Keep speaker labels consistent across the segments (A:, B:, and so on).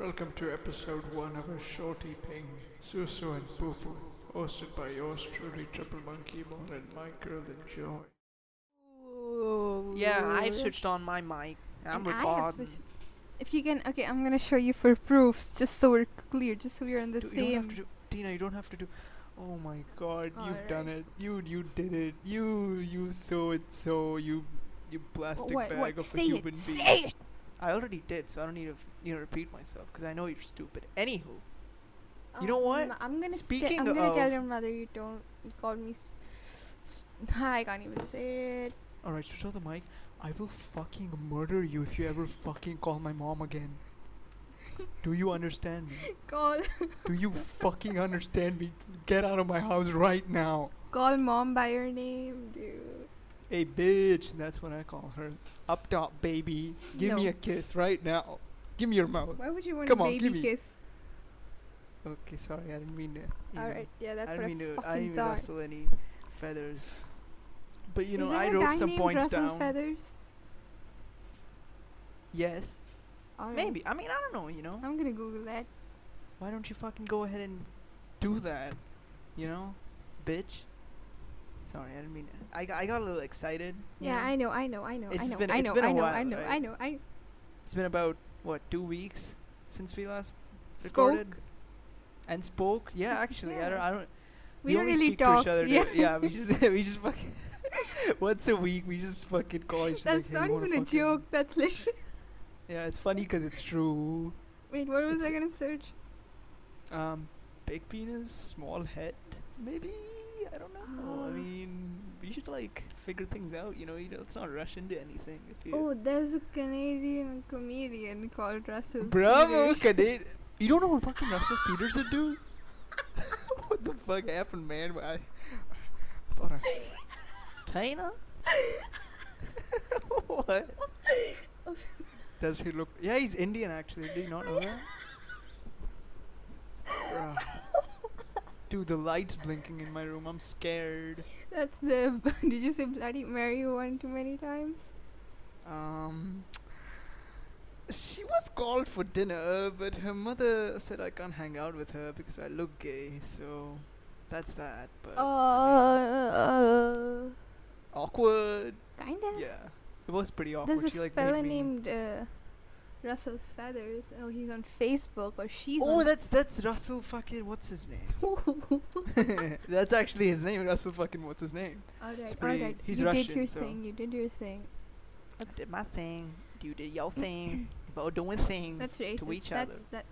A: Welcome to episode one of a shorty ping, Susu and Poo Poo, hosted by yours truly, Triple Monkey Mon and my girl Enjoy.
B: Yeah, I've switched on my mic. I'm
C: And I have
B: recording.
C: switched- If you can, okay, I'm gonna show you for proofs, just so we're clear, just so we're on the
B: Do- you don't have to
C: same.
B: do, Tina, you don't have to do. Oh my God, you've done
C: Alright.
B: it. You you did it. You you saw it. So you you
C: What?
B: plastic
C: what,
B: bag
C: what?
B: of
C: Say
B: a human
C: it,
B: being.
C: say it.
B: I already did, so I don't need to f- you know repeat myself because I know you're stupid. Anywho, You
C: Um,
B: know what?
C: I'm gonna sta-
B: Speaking
C: I'm gonna tell
B: of-
C: your mother you don't call me. S- s- I can't even say it.
B: all right, switch off the mic. I will fucking murder you if you ever fucking call my mom again. Do you understand me?
C: Call,
B: Do you fucking understand me? Get out of my house right now.
C: call mom by your name, dude.
B: Hey, bitch. That's what I call her. Up top, baby. Give me
C: No.
B: a kiss right now. Give me your mouth.
C: Why would you want
B: Come
C: a
B: on,
C: baby
B: gimme.
C: kiss?
B: Okay, sorry. I didn't mean to. you know,
C: All right, yeah, that's
B: I
C: what
B: didn't mean to. I didn't
C: fucking
B: mean to
C: thought.
B: rustle any feathers. But you know,
C: Is there
B: I
C: a
B: wrote
C: guy
B: some
C: named
B: points
C: Russell
B: down.
C: Feathers?
B: Yes.
C: Alright,
B: Maybe. I mean, I don't know. You know.
C: Oh. I'm gonna Google that.
B: Why don't you fucking go ahead and do that? You know, bitch. Sorry, I didn't mean. I got, I got a little excited. you
C: Yeah,
B: know?
C: I know, I know, I know, I
B: It's
C: know,
B: been-
C: I
B: it's
C: know,
B: been a
C: I know, I
B: while,
C: know, I
B: right?
C: know, I
B: It's been about what two weeks since we last
C: spoke.
B: recorded and spoke. Yeah, actually, I don't.
C: Yeah.
B: I don't.
C: We
B: we
C: don't
B: only
C: really
B: speak
C: talk,
B: to each other.
C: yeah.
B: to- yeah. We just we just fucking once a week we just fucking call each other.
C: That's
B: like, "Hey,
C: not
B: you wanna
C: even a
B: fucking-"
C: joke. That's literally.
B: Yeah, it's funny because it's true.
C: Wait, what was
B: It's-
C: I gonna search?
B: Um, big penis, small head, maybe. I don't know. I
C: Ah.
B: mean, we should like figure things out. You know, you know, let's not rush into anything. If you
C: Oh, there's a Canadian comedian called Russell.
B: Bravo,
C: Peters.
B: Canadian. You don't know what fucking Russell Peters would do? what the fuck happened, man? I, I thought I. Tina? what? Does he look. Yeah, he's Indian actually. Do you not know that? Bruh. Dude, the light's blinking in my room. I'm scared.
C: That's the. Did you say Bloody Mary one too many times?
B: Um. She was called for dinner, but her mother said I can't hang out with her because I look gay, so that's that. But
C: Uh, uh
B: awkward.
C: kinda.
B: Yeah. It was pretty awkward.
C: There's a
B: she like made
C: fella
B: me-
C: named uh, Russell Feathers. Oh, he's on Facebook or she's.
B: Oh,
C: on
B: that's that's Russell fucking what's his name? that's actually his name, Russell fucking what's his name?
C: alright,
B: pretty-
C: alright.
B: he's
C: you did
B: Russian,
C: your
B: so-
C: thing. You did your thing.
B: I did my thing. You did your thing. We're doing things
C: That's racist.
B: to each
C: That's
B: other.
C: that.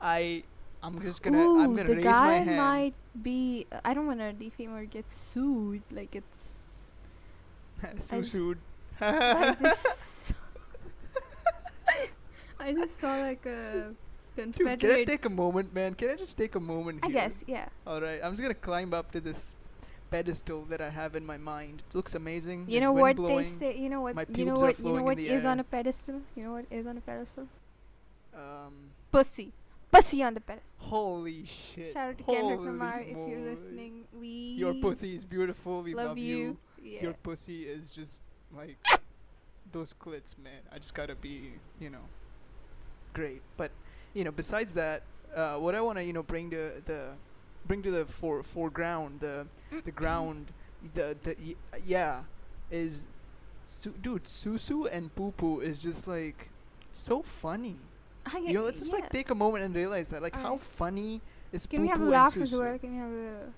B: I I'm just gonna I'm
C: Ooh,
B: gonna
C: the
B: raise
C: guy
B: my hand.
C: might be. I don't want to defame or get sued. Like it's.
B: Susued.
C: I just. I just saw like a
B: Dude, can I
C: Confederate.
B: take a moment, man? Can I just take a moment
C: I
B: here?
C: guess yeah.
B: All right, I'm just gonna climb up to this pedestal that I have in my mind. Looks amazing. there's
C: You know
B: wind
C: what
B: blowing.
C: they say. You know what.
B: My
C: You know
B: pubes are
C: what. You
B: flowing
C: know
B: in
C: what
B: the
C: is on
B: air.
C: a pedestal. You know what is on a pedestal.
B: Um,
C: Pussy. Pussy on the pedestal.
B: holy shit.
C: Shout out to
B: holy
C: Kendrick Lamar if you're
B: moly.
C: listening. We.
B: Your pussy is beautiful. We love, you.
C: Yeah.
B: Your pussy is just like those clits, man. I just gotta be, you know, great. But you know, besides that, uh, what I wanna you know bring to the bring to the fore foreground the
C: Mm-hmm.
B: the ground the the y- yeah is su- dude Susu and Poo Poo is just like so funny.
C: I
B: You know, let's just like
C: yeah.
B: take a moment and realize that like how
C: Alright.
B: funny is
C: Can we have a
B: Poo Poo
C: laugh
B: and
C: as
B: Susu?
C: well? Can we have a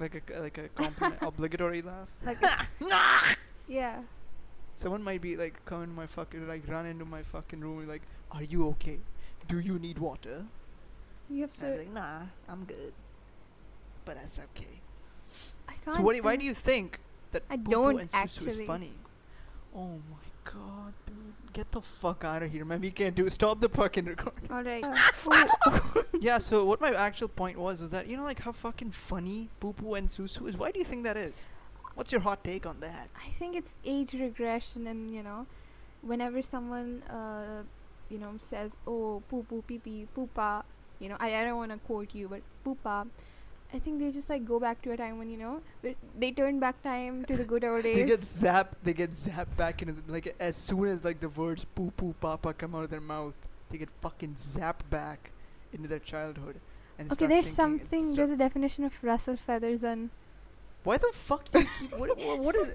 B: Like a c- like a compliment, obligatory laugh.
C: like? a- yeah.
B: Someone might be like, come in my fucking, like, run into my fucking room and like, are you okay? Do you need water?
C: You have
B: I'm
C: to.
B: like, nah, I'm good. But that's okay.
C: I can't.
B: So what? Do, why
C: think-
B: do you think that
C: I
B: Poo Poo
C: don't
B: and Susu is
C: actually.
B: funny? Oh my god, dude, get the fuck out of here, man. We can't do. Stop the fucking recording.
C: All right.
B: Ah, yeah. So what my actual point was was that you know like how fucking funny Poo Poo and Susu is. Why do you think that is? What's your hot take on that?
C: I think it's age regression, and you know, whenever someone, uh, you know, says, "Oh, poo poo pee pee poopa," you know, I, I don't want to quote you, but poopa. I think they just like go back to a time when you know wh- they turn back time to the good old
B: They get
C: days.
B: zapped. They get zapped back into the, like as soon as like the words "poo poo papa" come out of their mouth. they get fucking zapped back into their childhood. And
C: Okay,
B: start
C: there's
B: thinking and
C: something.
B: start-
C: There's a definition of rustle feathers on
B: Why the fuck do you keep? What, what, what is?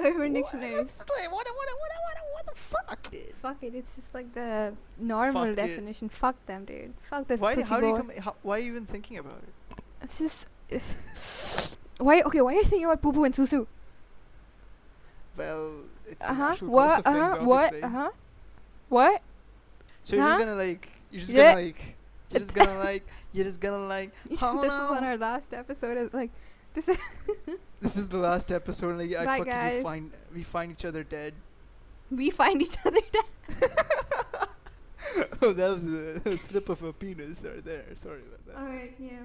C: Urban
B: what,
C: Dictionary.
B: that's like, what, what, what, what, what the fuck, dude?
C: Fuck it, it's just like the normal
B: Fuck it.
C: definition. Fuck them, dude. Fuck this
B: Why?
C: pussy
B: How do you
C: boy.
B: come? How, why are you even thinking about it?
C: It's just. why? Okay, why are you thinking about poo poo and susu?
B: Well, it's
C: Uh
B: the
C: huh.
B: natural course
C: What?
B: of
C: Uh
B: things,
C: huh. What?
B: obviously.
C: Uh huh. What?
B: So you're just
C: huh?
B: gonna like, you're just
C: Yeah.
B: gonna like, you're just gonna like, you're just gonna like.
C: this
B: Oh
C: was on
B: no.
C: our last episode. Is like, this is.
B: This is the last episode. Like, I
C: Bye,
B: fucking we
C: guys.
B: find we find each other dead.
C: we find each other. dead.
B: oh, that was a, a slip of a penis right there. Sorry about that.
C: Alright, yeah.